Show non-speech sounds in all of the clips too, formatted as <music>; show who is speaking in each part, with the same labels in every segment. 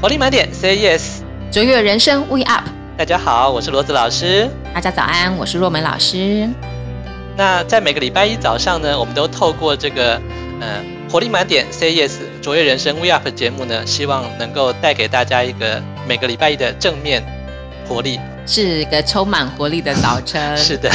Speaker 1: 活力满点，Say Yes。
Speaker 2: 卓越人生，We Up。
Speaker 1: 大家好，我是罗子老师。
Speaker 2: 大家早安，我是若梅老师。
Speaker 1: 那在每个礼拜一早上呢，我们都透过这个呃活力满点 Say Yes 卓越人生 We Up 节目呢，希望能够带给大家一个每个礼拜一的正面活力。
Speaker 2: 是个充满活力的早
Speaker 1: <laughs>
Speaker 2: 晨。
Speaker 1: 是的，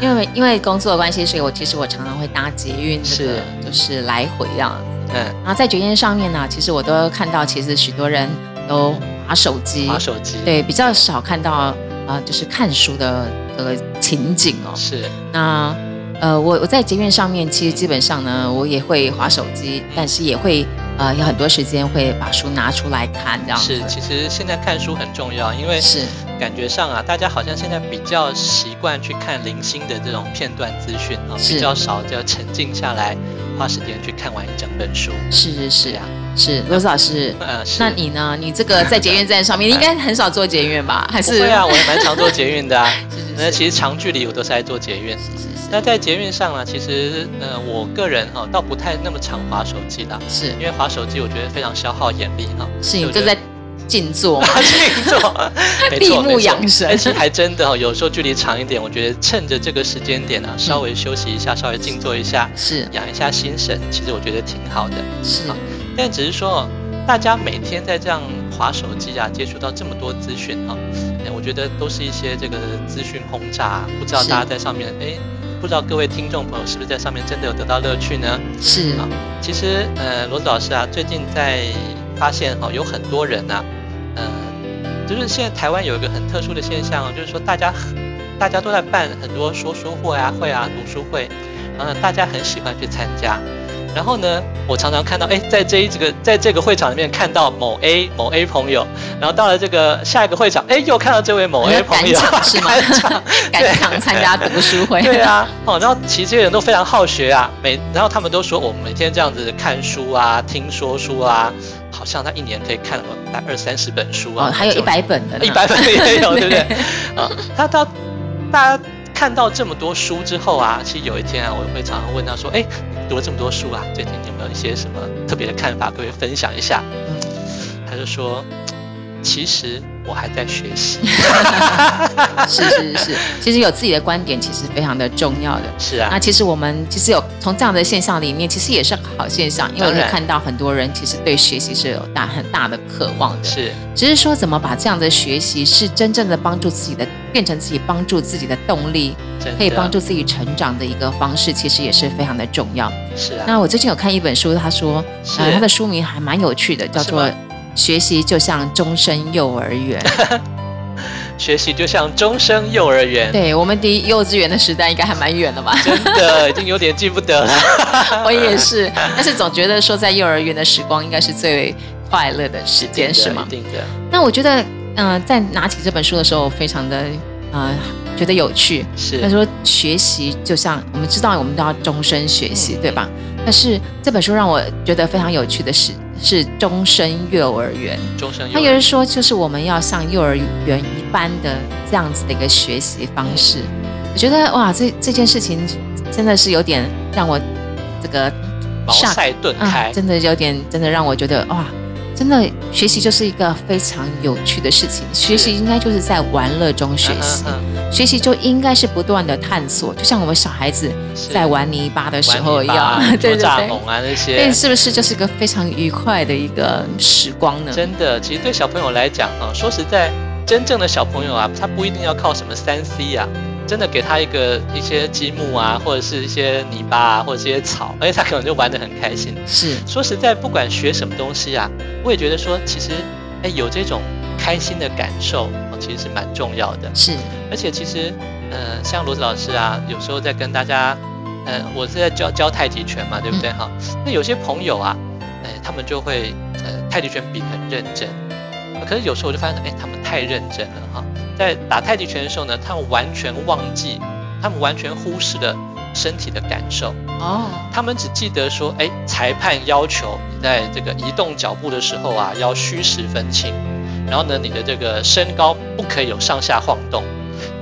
Speaker 2: 因为因为工作的关系，所以我其实我常常会搭捷运，这个
Speaker 1: 是
Speaker 2: 就是来回这样子。
Speaker 1: 嗯，
Speaker 2: 然后在酒店上面呢、其实我都看到，其实许多人都划手机，
Speaker 1: 划手机，，
Speaker 2: 对，比较少看到呃，就是看书的这个情景哦。
Speaker 1: 是
Speaker 2: 那呃，我我在捷运上面，其实基本上呢，我也会划手机，但是也会呃，有很多时间会把书拿出来看这样子。
Speaker 1: 是。其实现在看书很重要，因为
Speaker 2: 是
Speaker 1: 感觉上啊，大家好像现在比较习惯去看零星的这种片段资讯啊，
Speaker 2: 是
Speaker 1: 比较少就沉静下来，花时间去看完一整本书。
Speaker 2: 是是
Speaker 1: 对
Speaker 2: 是
Speaker 1: 啊
Speaker 2: 是，罗子老师，
Speaker 1: 呃，是
Speaker 2: 那你呢？你这个在捷运站
Speaker 1: <laughs>
Speaker 2: 上面，你应该很少坐捷运吧？还
Speaker 1: 不
Speaker 2: 是
Speaker 1: 会啊，我也蛮常坐捷运的
Speaker 2: <laughs>
Speaker 1: 啊。
Speaker 2: 是
Speaker 1: 那
Speaker 2: 是是
Speaker 1: 其实长距离我都是在坐捷运。
Speaker 2: 是是
Speaker 1: 那在捷运上啊，其实呃，我个人哈、倒不太那么常划手机啦，
Speaker 2: 是
Speaker 1: 因为划手机我觉得非常消耗眼力哈、 <laughs>
Speaker 2: 是，你
Speaker 1: 我觉
Speaker 2: 就
Speaker 1: 得
Speaker 2: 在静
Speaker 1: <laughs>
Speaker 2: 坐嘛。
Speaker 1: 静坐，
Speaker 2: <laughs>
Speaker 1: 没
Speaker 2: 闭
Speaker 1: 错，
Speaker 2: 目
Speaker 1: 没错
Speaker 2: 养神
Speaker 1: 而且还真的、哦，有时候距离长一点，我觉得趁着这个时间点啊，稍
Speaker 2: 嗯
Speaker 1: 微休息一下，稍微静坐一下，
Speaker 2: 是
Speaker 1: 养一下心神，其实我觉得挺好的。
Speaker 2: 是
Speaker 1: 好但只是说，大家每天在这样划手机啊，接触到这么多资讯啊，哎，我觉得都是一些这个资讯轰炸、啊，不知道
Speaker 2: 是
Speaker 1: 大家在上面，哎，不知道各位听众朋友是不是在上面真的有得到乐趣呢？
Speaker 2: 是
Speaker 1: 好其实，呃，罗子老师啊，最近在发现哈、有很多人啊，呃，就是现在台湾有一个很特殊的现象哦，就是说大家大家都在办很多说书会啊、会啊、读书会，然后呢大家很喜欢去参加。然后呢，我常常看到，哎，在这一这个在这个会场里面看到某 A 某 A 朋友，然后到了这个下一个会场，哎，又看到这位某
Speaker 2: 你
Speaker 1: A
Speaker 2: 要
Speaker 1: 朋
Speaker 2: 赶
Speaker 1: 友，<laughs>
Speaker 2: 场是吗
Speaker 1: 赶
Speaker 2: <laughs>
Speaker 1: 场？
Speaker 2: 赶场参加读书会。
Speaker 1: 对啊， <laughs> 哦，然后其实这些人都非常好学啊，每然后他们都说，我每天这样子看书啊，听说书啊，好像他一年可以看大概二三十本书啊，
Speaker 2: <laughs> 哦，还有一百本的
Speaker 1: <laughs>
Speaker 2: 呢，
Speaker 1: 一百本也
Speaker 2: <laughs>
Speaker 1: 有，对不对？
Speaker 2: 对
Speaker 1: 啊、他到大家看到这么多书之后啊，其实有一天啊，我会常常问他说，哎，你读了这么多书啊，最近你有没有一些什么特别的看法，可不可以分享一下？
Speaker 2: 嗯
Speaker 1: 他就说，其实我还在学习。
Speaker 2: 是是是，其实有自己的观点，其实非常的重要 <laughs> 的。
Speaker 1: 是啊
Speaker 2: 那，其实我们其实有从这样的现象里面，其实也是好现象，因为我
Speaker 1: 当
Speaker 2: 会
Speaker 1: 然
Speaker 2: 看到很多人其实对学习是有大很大的渴望的，
Speaker 1: 是
Speaker 2: 只是说怎么把这样的学习是真正的帮助自己的，变成自己帮助自己的动力，
Speaker 1: 真的
Speaker 2: 可以帮助自己成长的一个方式，其实也是非常的重要。
Speaker 1: 是啊，
Speaker 2: 那我最近有看一本书，他说，
Speaker 1: 是
Speaker 2: 呃，他的书名还蛮有趣的，叫做
Speaker 1: 是
Speaker 2: 《学习就像终身幼儿园》。
Speaker 1: 学习就像终生幼儿园，
Speaker 2: 对我们离幼稚园的时代应该还蛮远
Speaker 1: <laughs>
Speaker 2: 的吧？
Speaker 1: 真的已经有点记不得
Speaker 2: <laughs>
Speaker 1: 了。
Speaker 2: 我也是，但是总觉得说在幼儿园的时光应该是最快乐的时间，是吗
Speaker 1: 一？定的，
Speaker 2: 那我觉得，嗯、在拿起这本书的时候，我非常的，呃，觉得有趣。
Speaker 1: 是
Speaker 2: 他说，学习就像我们知道，我们都要终身学习，对吧？但是这本书让我觉得非常有趣的是，是终身幼儿园。
Speaker 1: 终生
Speaker 2: 他
Speaker 1: 幼
Speaker 2: 有
Speaker 1: 儿
Speaker 2: 人
Speaker 1: 园，
Speaker 2: 说，就是我们要像幼儿园一般的这样子的一个学习方式。我觉得哇，这这件事情真的是有点让我这个
Speaker 1: 茅塞顿
Speaker 2: 啊，
Speaker 1: 开，
Speaker 2: 真的有点真的让我觉得哇，真的学习就是一个非常有趣的事情。学习应该就是在玩乐中学习，
Speaker 1: 嗯嗯
Speaker 2: 学习就应该是不断的探索，就像我们小孩子
Speaker 1: 嗯是
Speaker 2: 在玩泥巴的时候一样
Speaker 1: 玩泥巴，
Speaker 2: <laughs> 对
Speaker 1: <laughs>
Speaker 2: 对
Speaker 1: 捉蚱
Speaker 2: 对
Speaker 1: 蜢。啊那
Speaker 2: 对，
Speaker 1: 些。
Speaker 2: 是不是就是一个非常愉快的一个时光呢？
Speaker 1: 真的，其实对小朋友来讲啊，说实在，真正的小朋友啊，他不一定要靠什么三 C 啊，真的给他一个一些积木啊，或者是一些泥巴啊，或者是一些草，哎，他可能就玩得很开心。
Speaker 2: 是
Speaker 1: 说实在，不管学什么东西啊，我也觉得说，其实，哎，有这种开心的感受，哦，其实是蛮重要的。
Speaker 2: 是
Speaker 1: 而且其实，呃，像罗子老师啊，有时候在跟大家，呃，我是在教教太极拳嘛，对不对哈、那有些朋友啊，哎、他们就会，呃，太极拳比很认真，可是有时候我就发现，哎、他们太认真了哈、在打太极拳的时候呢，他们完全忘记，他们完全忽视了身体的感受。
Speaker 2: 哦，
Speaker 1: 他们只记得说，哎，裁判要求你在这个移动脚步的时候啊，要虚实分清，然后呢，你的这个身高不可以有上下晃动，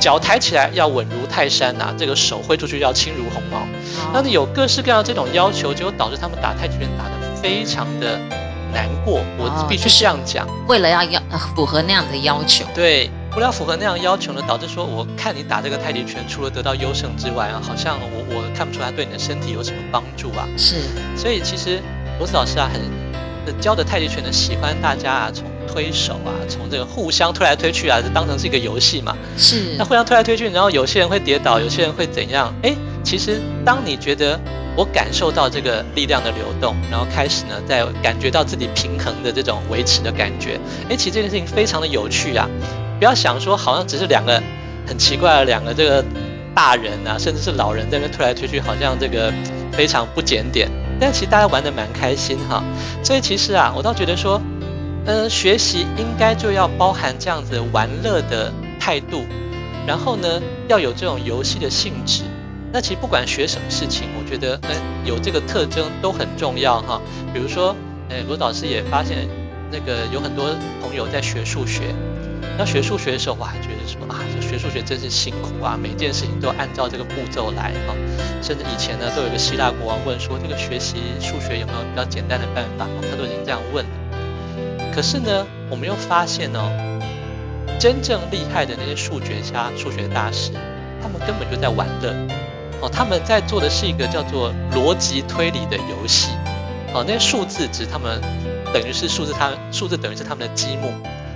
Speaker 1: 脚抬起来要稳如泰山呐、这个手挥出去要轻如鸿
Speaker 2: 哦
Speaker 1: 毛。那你有各式各样的这种要求，结果导致他们打太极拳打得非常的难过，我
Speaker 2: 哦
Speaker 1: 必须
Speaker 2: 就是
Speaker 1: 这样讲。
Speaker 2: 为了要要、呃符合那样的要求，
Speaker 1: 对，为了符合那样要求呢，导致说我看你打这个太极拳，除了得到优胜之外啊，好像我我看不出它对你的身体有什么帮助啊。
Speaker 2: 是
Speaker 1: 所以其实罗斯老师啊，很呃教的太极拳呢，喜欢大家啊，从推手啊，从这个互相推来推去啊，当成是一个游戏嘛。
Speaker 2: 是
Speaker 1: 那，互相推来推去，然后有些人会跌倒，有些人会怎样？哎，其实当你觉得我感受到这个力量的流动，然后开始呢，在感觉到自己平衡的这种维持的感觉，哎，其实这件事情非常的有趣啊！不要想说好像只是两个很奇怪的两个这个大人啊，甚至是老人在那边推来推去，好像这个非常不检点。但其实大家玩的蛮开心哈，所以其实啊，我倒觉得说，呃，学习应该就要包含这样子玩乐的态度，然后呢，要有这种游戏的性质。那其实不管学什么事情，我觉得，呃，有这个特征都很重要哈。比如说，呃，罗导师也发现，那个有很多朋友在学数学，那学数学的时候，哇，觉得说啊，这学数学真是辛苦啊，每件事情都按照这个步骤来哈。甚至以前呢，都有一个希腊国王问说，这个学习数学有没有比较简单的办法？他都已经这样问了。可是呢，我们又发现哦，真正厉害的那些数学家、数学大师，他们根本就在玩乐。哦，他们在做的是一个叫做逻辑推理的游戏。哦，那些数字值他们等于是数字他，们数字等于是他们的积木。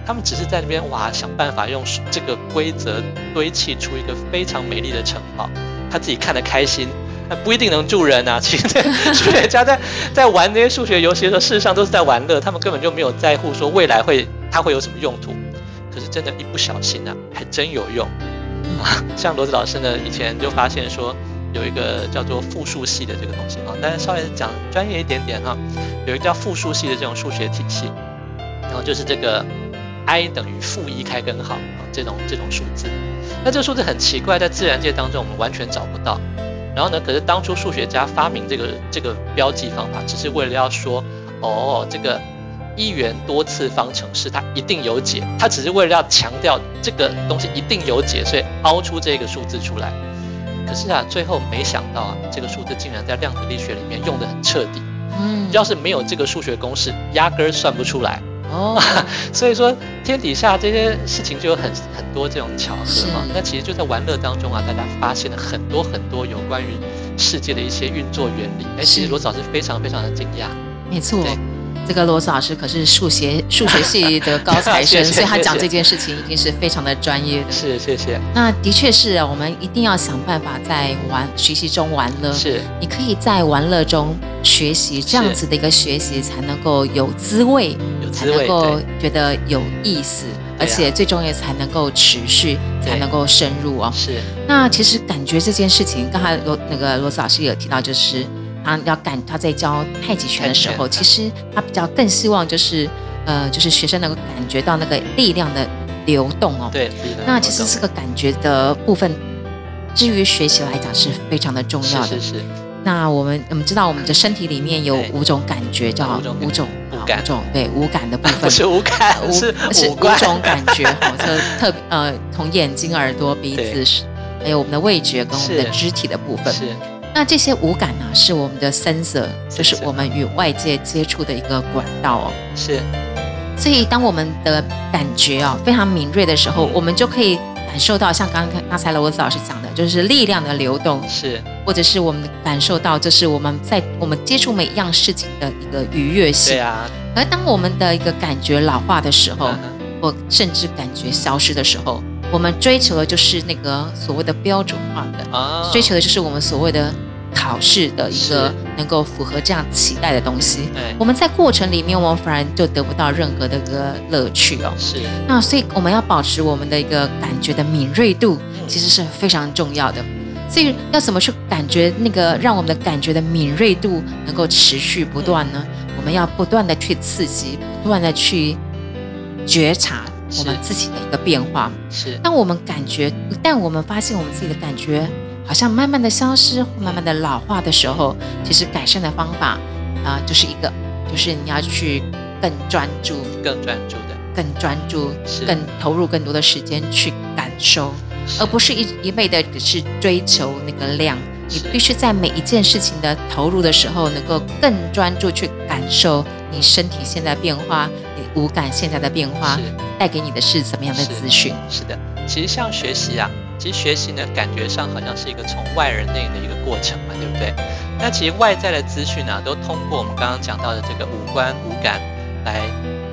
Speaker 1: 他们只是在那边哇想办法用数这个规则堆砌出一个非常美丽的城堡，他自己看得开心，那哎不一定能住人啊。 <laughs> 其实数学家在在玩这些数学游戏的时候，事实上都是在玩乐，他们根本就没有在乎说未来会它会有什么用途。可是真的，一不小心啊，还真有用啊。 <laughs> 像罗子老师呢，以前就发现说有一个叫做复数系的这个东西啊，但是稍微讲专业一点点哈、有一个叫复数系的这种数学体系，然后就是这个 i 等于负一开根号啊这种这种数字。那这个数字很奇怪，在自然界当中我们完全找不到。然后呢，可是当初数学家发明这个这个标记方法，只是为了要说，哦，这个一元多次方程式它一定有解，它只是为了要强调这个东西一定有解，所以凹出这个数字出来。可是啊，最后没想到啊，这个数字竟然在量子力学里面用得很彻底。
Speaker 2: 嗯，
Speaker 1: 要是没有这个数学公式，压根儿算不出来。
Speaker 2: 哦，
Speaker 1: 所以说，天底下这些事情就有很很多这种巧合嘛
Speaker 2: 是。
Speaker 1: 那其实就在玩乐当中啊，大家发现了很多很多有关于世界的一些运作原理。哎，其
Speaker 2: 是
Speaker 1: 实罗早是非常非常的惊讶。
Speaker 2: 没
Speaker 1: <laughs>
Speaker 2: 错
Speaker 1: 对。
Speaker 2: 这个罗斯老师可是数学数学系的高材
Speaker 1: <laughs> 谢
Speaker 2: 生，
Speaker 1: 谢
Speaker 2: 所以他
Speaker 1: 谢谢
Speaker 2: 讲这件事情一定是非常的专业的。
Speaker 1: 是，谢谢。
Speaker 2: 那的确是啊，我们一定要想办法在玩学习中玩乐。
Speaker 1: 是，
Speaker 2: 你可以在玩乐中学习，这样子的一个学习才能够有滋味，
Speaker 1: 有
Speaker 2: 才
Speaker 1: 滋
Speaker 2: 能
Speaker 1: 味。
Speaker 2: 够
Speaker 1: 对，
Speaker 2: 觉得有意思，而
Speaker 1: 对啊
Speaker 2: 且最重要才能够持续，
Speaker 1: 对
Speaker 2: 才能够深入哦。
Speaker 1: 是，
Speaker 2: 那其实感觉这件事情，刚才罗那个罗斯老师有提到，就是他要感他在教太极拳的时候，
Speaker 1: 太极拳
Speaker 2: 其实他比较更希望就是呃，就是学生能够感觉到那个力量的流动哦。
Speaker 1: 对。理论
Speaker 2: 那
Speaker 1: 活
Speaker 2: 其实
Speaker 1: 动
Speaker 2: 这个感觉的部分，至于学习来讲是非常的重要的。
Speaker 1: 是是是，
Speaker 2: 那我们我们知道我们的身体里面有
Speaker 1: 对
Speaker 2: 五种感觉，叫
Speaker 1: 五种
Speaker 2: 五种
Speaker 1: 五
Speaker 2: 好
Speaker 1: 感
Speaker 2: 五种对五感的部分
Speaker 1: 不。是无感，
Speaker 2: 五
Speaker 1: 是
Speaker 2: 是
Speaker 1: 五
Speaker 2: 五
Speaker 1: 官。
Speaker 2: 种感
Speaker 1: <laughs>
Speaker 2: 觉哈，这特别呃，从眼睛、耳朵、鼻
Speaker 1: 对
Speaker 2: 子，是还有我们的味觉跟我们的
Speaker 1: 是
Speaker 2: 肢体的部分。
Speaker 1: 是
Speaker 2: 那这些五感呢、啊是我们的 sensor，就是
Speaker 1: 是
Speaker 2: 我们与外界接触的一个管道哦。
Speaker 1: 是，
Speaker 2: 所以，当我们的感觉哦非常敏锐的时
Speaker 1: 嗯
Speaker 2: 候，我们就可以感受到，像刚刚刚才罗子老师讲的，就是力量的流动，
Speaker 1: 是
Speaker 2: 或者是我们感受到，这是我们在我们接触每一样事情的一个愉悦
Speaker 1: 对
Speaker 2: 性。
Speaker 1: 啊，
Speaker 2: 而当我们的一个感觉老化的时候，
Speaker 1: 嗯哼
Speaker 2: 或甚至感觉消失的时候，我们追求的就是那个所谓的标准化的，
Speaker 1: 啊，
Speaker 2: 追求的就是我们所谓的考试的一个
Speaker 1: 是
Speaker 2: 能够符合这样期待的东西。
Speaker 1: 对，
Speaker 2: 我们在过程里面，我们反而就得不到任何的一个乐趣哦。
Speaker 1: 是
Speaker 2: 那所以我们要保持我们的一个感觉的敏锐度，
Speaker 1: 嗯
Speaker 2: 其实是非常重要的。所以要怎么去感觉那个让我们的感觉的敏锐度能够持续不断呢？
Speaker 1: 嗯
Speaker 2: 我们要不断的去刺激，不断的去觉察
Speaker 1: 是
Speaker 2: 我们自己的一个变化。
Speaker 1: 是
Speaker 2: 当我们感觉，一旦我们发现我们自己的感觉好像慢慢的消失、或慢慢的老化的时候，其实改善的方法啊、就是一个，就是你要去更专注，
Speaker 1: 更专注的，
Speaker 2: 更专注，
Speaker 1: 是
Speaker 2: 更投入更多的时间去感受，而不
Speaker 1: 是
Speaker 2: 是一一味的只是追求那个量。你
Speaker 1: 是
Speaker 2: 必须在每一件事情的投入的时候，能够更专注去感受你身体现在变化，你五感现在的变化
Speaker 1: 是，
Speaker 2: 带给你的是怎么样的
Speaker 1: 是
Speaker 2: 资讯？
Speaker 1: 是的，其实像学习啊，其实学习呢，感觉上好像是一个从外而内的一个过程嘛，对不对？那其实外在的资讯啊，都通过我们刚刚讲到的这个五官五感来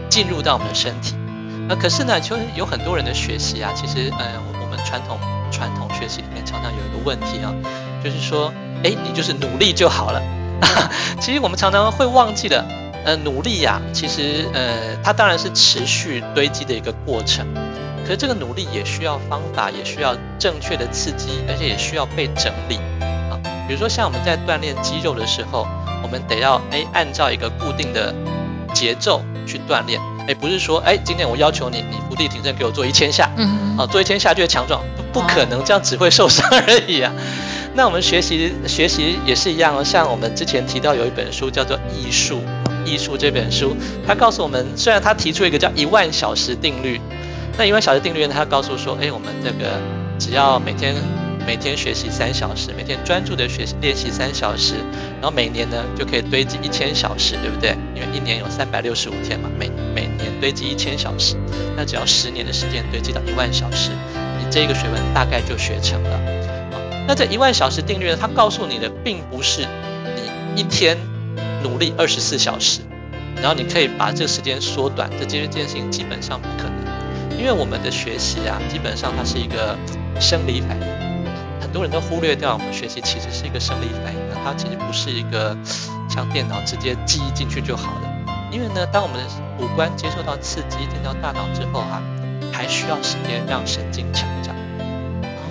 Speaker 1: 进入到我们的身体。那可是呢，就是有很多人的学习啊，其实呃，我我们传统传统学习里面常常有一个问题啊，就是说，哎，你就是努力就好了。 <laughs> 其实我们常常会忘记了，呃，努力呀、其实呃，它当然是持续堆积的一个过程。可是这个努力也需要方法，也需要正确的刺激，而且也需要被整理啊。比如说像我们在锻炼肌肉的时候，我们得要哎按照一个固定的节奏去锻炼，哎不是说哎今天我要求你你伏地挺身给我做一千下，
Speaker 2: 嗯
Speaker 1: 啊，，做一千下就会强壮，不不可能这样只会受伤而已啊。 <laughs> 那我们学习学习也是一样哦，像我们之前提到有一本书叫做《艺术》，《艺术》这本书，它告诉我们，虽然它提出一个叫一万小时定律，那一万小时定律呢，它告诉说，哎，我们这个只要每天每天学习三小时，每天专注的学习练习三小时，然后每年呢就可以堆积一千小时，对不对？因为一年有三百六十五天嘛，每每年堆积一千小时，那只要十年的时间堆积到一万小时，你这个学问大概就学成了。啊那这一万小时定律呢，它告诉你的并不是你一天努力二十四小时，然后你可以把这个时间缩短，这这件事情基本上不可能，因为我们的学习啊，基本上它是一个生理反应。很多人都忽略掉，我们学习其实是一个生理反应，它其实不是一个像电脑直接记忆进去就好了。因为呢，当我们的五官接受到刺激进到大脑之后啊，还需要时间让神经成长。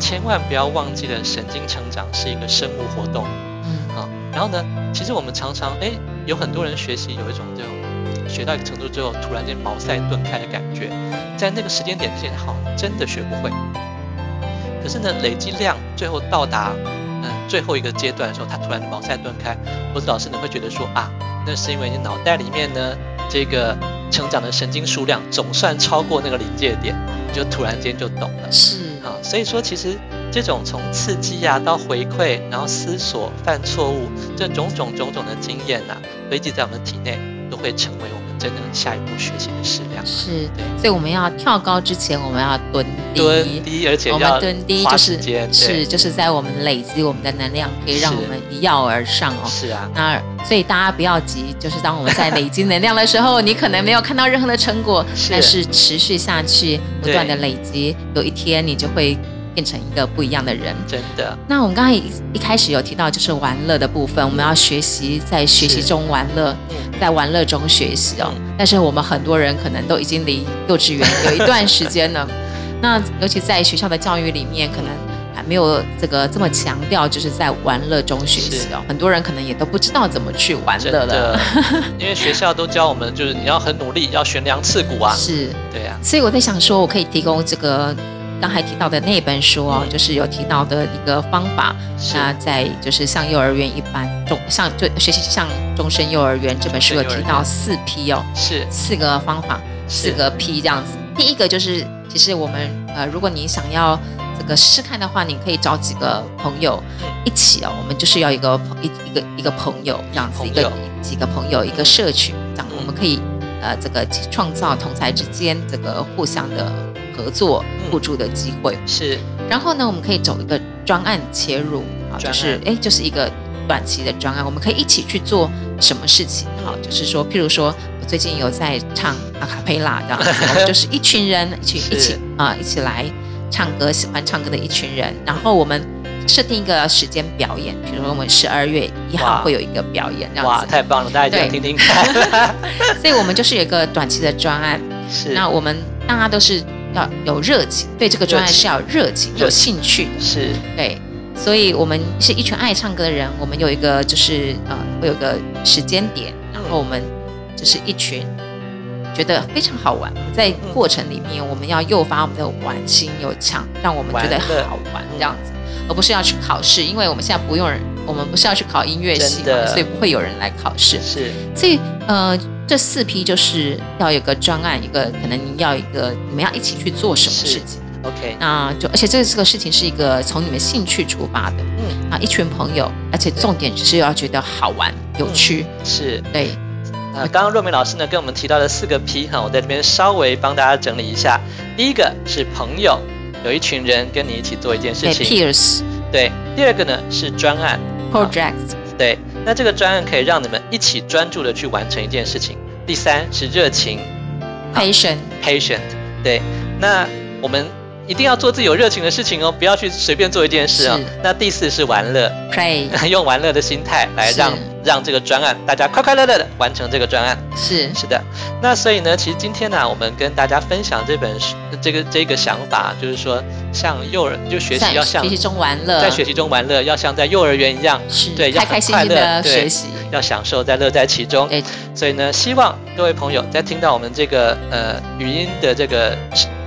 Speaker 1: 千万不要忘记了，神经成长是一个生物活动
Speaker 2: 嗯，
Speaker 1: 啊。然后呢，其实我们常常哎，有很多人学习有一种这种学到一个程度之后，突然间茅塞顿开的感觉，在那个时间点之前，好像真的学不会。可是呢，累积量最后到达嗯、呃最后一个阶段的时候，他突然茅塞顿开，我老师呢会觉得说啊，那是因为你脑袋里面呢这个成长的神经数量总算超过那个临界点，你就突然间就懂了。
Speaker 2: 是，
Speaker 1: 啊，所以说其实这种从刺激呀、到回馈，然后思索、犯错误，这种种种种的经验呐、堆积在我们的体内，都会成为我们真正下一步学习的食粮。
Speaker 2: 是
Speaker 1: 对，
Speaker 2: 所以我们要跳高之前，我们要蹲低。
Speaker 1: 蹲低，而且
Speaker 2: 我
Speaker 1: 要
Speaker 2: 们蹲低
Speaker 1: 花
Speaker 2: 就
Speaker 1: 时
Speaker 2: 是
Speaker 1: 间，
Speaker 2: 是
Speaker 1: 对
Speaker 2: 就是在我们累积我们的能量，可以让我
Speaker 1: 是
Speaker 2: 们一跃而上哦。
Speaker 1: 是啊，
Speaker 2: 那所以大家不要急，就是当我们在累积能量的时候，你可能没有看到任何的成果，
Speaker 1: <laughs> 是
Speaker 2: 但是持续下去，不
Speaker 1: 对
Speaker 2: 断的累积，有一天你就会变成一个不一样的人。
Speaker 1: 真的
Speaker 2: 那我们刚才一一开始有提到，就是玩乐的部分，我们要学习在学习
Speaker 1: 是
Speaker 2: 中玩乐
Speaker 1: 嗯，
Speaker 2: 在玩乐中学习哦。但是我们很多人可能都已经离幼稚园有一段时间了， <laughs> 那尤其在学校的教育里面，可能还没有这个这么强调，就是在玩乐中学习哦。很多人可能也都不知道怎么去玩
Speaker 1: 真
Speaker 2: 乐了，
Speaker 1: 的，因为学校都教我们，就是你要很努力，要悬梁刺股啊，
Speaker 2: 是。
Speaker 1: 对啊，
Speaker 2: 所以我在想说，我可以提供这个刚才提到的那本书哦，
Speaker 1: 嗯
Speaker 2: 就是有提到的一个方法。
Speaker 1: 是
Speaker 2: 那在就是像幼儿园一般，中像就学习像终身幼儿园这本书有提到四批哦，
Speaker 1: 是
Speaker 2: 四个方法，
Speaker 1: 是
Speaker 2: 四个批这样子。第一个就是，其实我们呃，如果你想要这个试看的话，你可以找几个朋友
Speaker 1: 嗯
Speaker 2: 一起哦，我们就是要一个朋一一个一个朋友这样子，
Speaker 1: 朋
Speaker 2: 一
Speaker 1: 友
Speaker 2: 个几个朋友一个社群这样，
Speaker 1: 嗯
Speaker 2: 我们可以呃这个创造同才之间这个互相的合作
Speaker 1: 嗯
Speaker 2: 互助的机会。
Speaker 1: 是
Speaker 2: 然后呢，我们可以走一个专案切入啊，
Speaker 1: 专案
Speaker 2: 就是哎，就是一个短期的专案，我们可以一起去做什么事情好，就是说，譬如说我最近有在唱阿卡贝拉这
Speaker 1: <laughs>
Speaker 2: 样子，我们就是一群人一起
Speaker 1: 是
Speaker 2: 一起啊、一起来唱歌，喜欢唱歌的一群人，然后我们。设定一个时间表演，比如说我们十二月一
Speaker 1: 哇
Speaker 2: 号会有一个表演，这样
Speaker 1: 哇，
Speaker 2: 子，
Speaker 1: 太棒了，大家一定要
Speaker 2: 对
Speaker 1: 听听
Speaker 2: <laughs>
Speaker 1: 看，
Speaker 2: 所以我们就是有一个短期的专案，
Speaker 1: 是
Speaker 2: 那我们大家都是要有热情，对这个专案
Speaker 1: 热情
Speaker 2: 是要有热情、
Speaker 1: 热
Speaker 2: 有
Speaker 1: 情
Speaker 2: 兴趣的，
Speaker 1: 是
Speaker 2: 对，所以我们是一群爱唱歌的人，我们有一个就是呃，会有一个时间点，然后我们就是一群觉得非常好玩。在过程里面，我们要诱发我们的玩心有强，让我们觉得
Speaker 1: 玩乐
Speaker 2: 好玩
Speaker 1: 嗯
Speaker 2: 这样子，而不是要去考试，因为我们现在不用人，我们不是要去考音乐系
Speaker 1: 真
Speaker 2: 嘛，
Speaker 1: 的
Speaker 2: 所以不会有人来考试。
Speaker 1: 是
Speaker 2: 所以呃，这四批就是要有个专案，一个可能你要一个你们要一起去做什么
Speaker 1: 是
Speaker 2: 事情。
Speaker 1: OK，
Speaker 2: 那就而且这这个事情是一个从你们兴趣出发的，
Speaker 1: 嗯嗯
Speaker 2: 啊，一群朋友，而且重点是要觉得好玩有趣，
Speaker 1: 是
Speaker 2: 对，
Speaker 1: 呃，刚刚若梅老师呢跟我们提到的四个 P 哈，我在这边稍微帮大家整理一下。第一个是朋友，有一群人跟你一起做一件事
Speaker 2: 对
Speaker 1: 情，
Speaker 2: ，peers
Speaker 1: 对。第二个呢是专案，
Speaker 2: project
Speaker 1: 对，那这个专案可以让你们一起专注的去完成一件事情。第三是热情
Speaker 2: patient
Speaker 1: patient，对，那我们一定要做自己有热情的事情哦，不要去随便做一件事哦
Speaker 2: 是。
Speaker 1: 那第四是玩乐， <laughs>
Speaker 2: pray
Speaker 1: 用玩乐的心态来
Speaker 2: 是
Speaker 1: 让让这个专案大家快快乐乐的完成这个专案。
Speaker 2: 是
Speaker 1: 是的，那所以呢，其实今天呢、我们跟大家分享这本书，这个这个想法，就是说，像幼儿就学习要像
Speaker 2: 学习中玩乐，
Speaker 1: 在学习中玩乐，要像在幼儿园一样，
Speaker 2: 是
Speaker 1: 对要
Speaker 2: 开
Speaker 1: 很
Speaker 2: 开心
Speaker 1: 快
Speaker 2: 心
Speaker 1: 乐
Speaker 2: 的
Speaker 1: 对
Speaker 2: 学习，
Speaker 1: 要享受在乐在其中。
Speaker 2: 对，
Speaker 1: 所以呢，希望各位朋友在听到我们这个呃语音的这个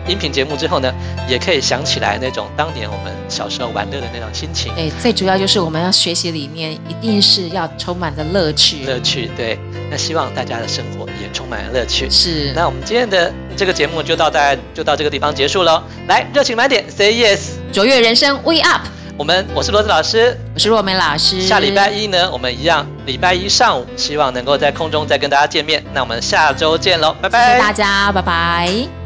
Speaker 1: 音频节目之后呢，也可以想起来那种当年我们小时候玩乐的那种心情、
Speaker 2: 对，最主要就是我们要学习里面一定是要充满着乐趣，
Speaker 1: 乐趣。对，那希望大家的生活也充满了乐趣。
Speaker 2: 是
Speaker 1: 那我们今天的这个节目就到在就到这个地方结束喽。来，热情满点，Say Yes！
Speaker 2: 卓越人生 We Up，
Speaker 1: 我们我是罗子老师，
Speaker 2: 我是若梅老师，
Speaker 1: 下礼拜一呢，我们一样，礼拜一上午希望能够在空中再跟大家见面。那我们下周见喽，拜
Speaker 2: 谢谢
Speaker 1: 拜
Speaker 2: 大。家，拜拜。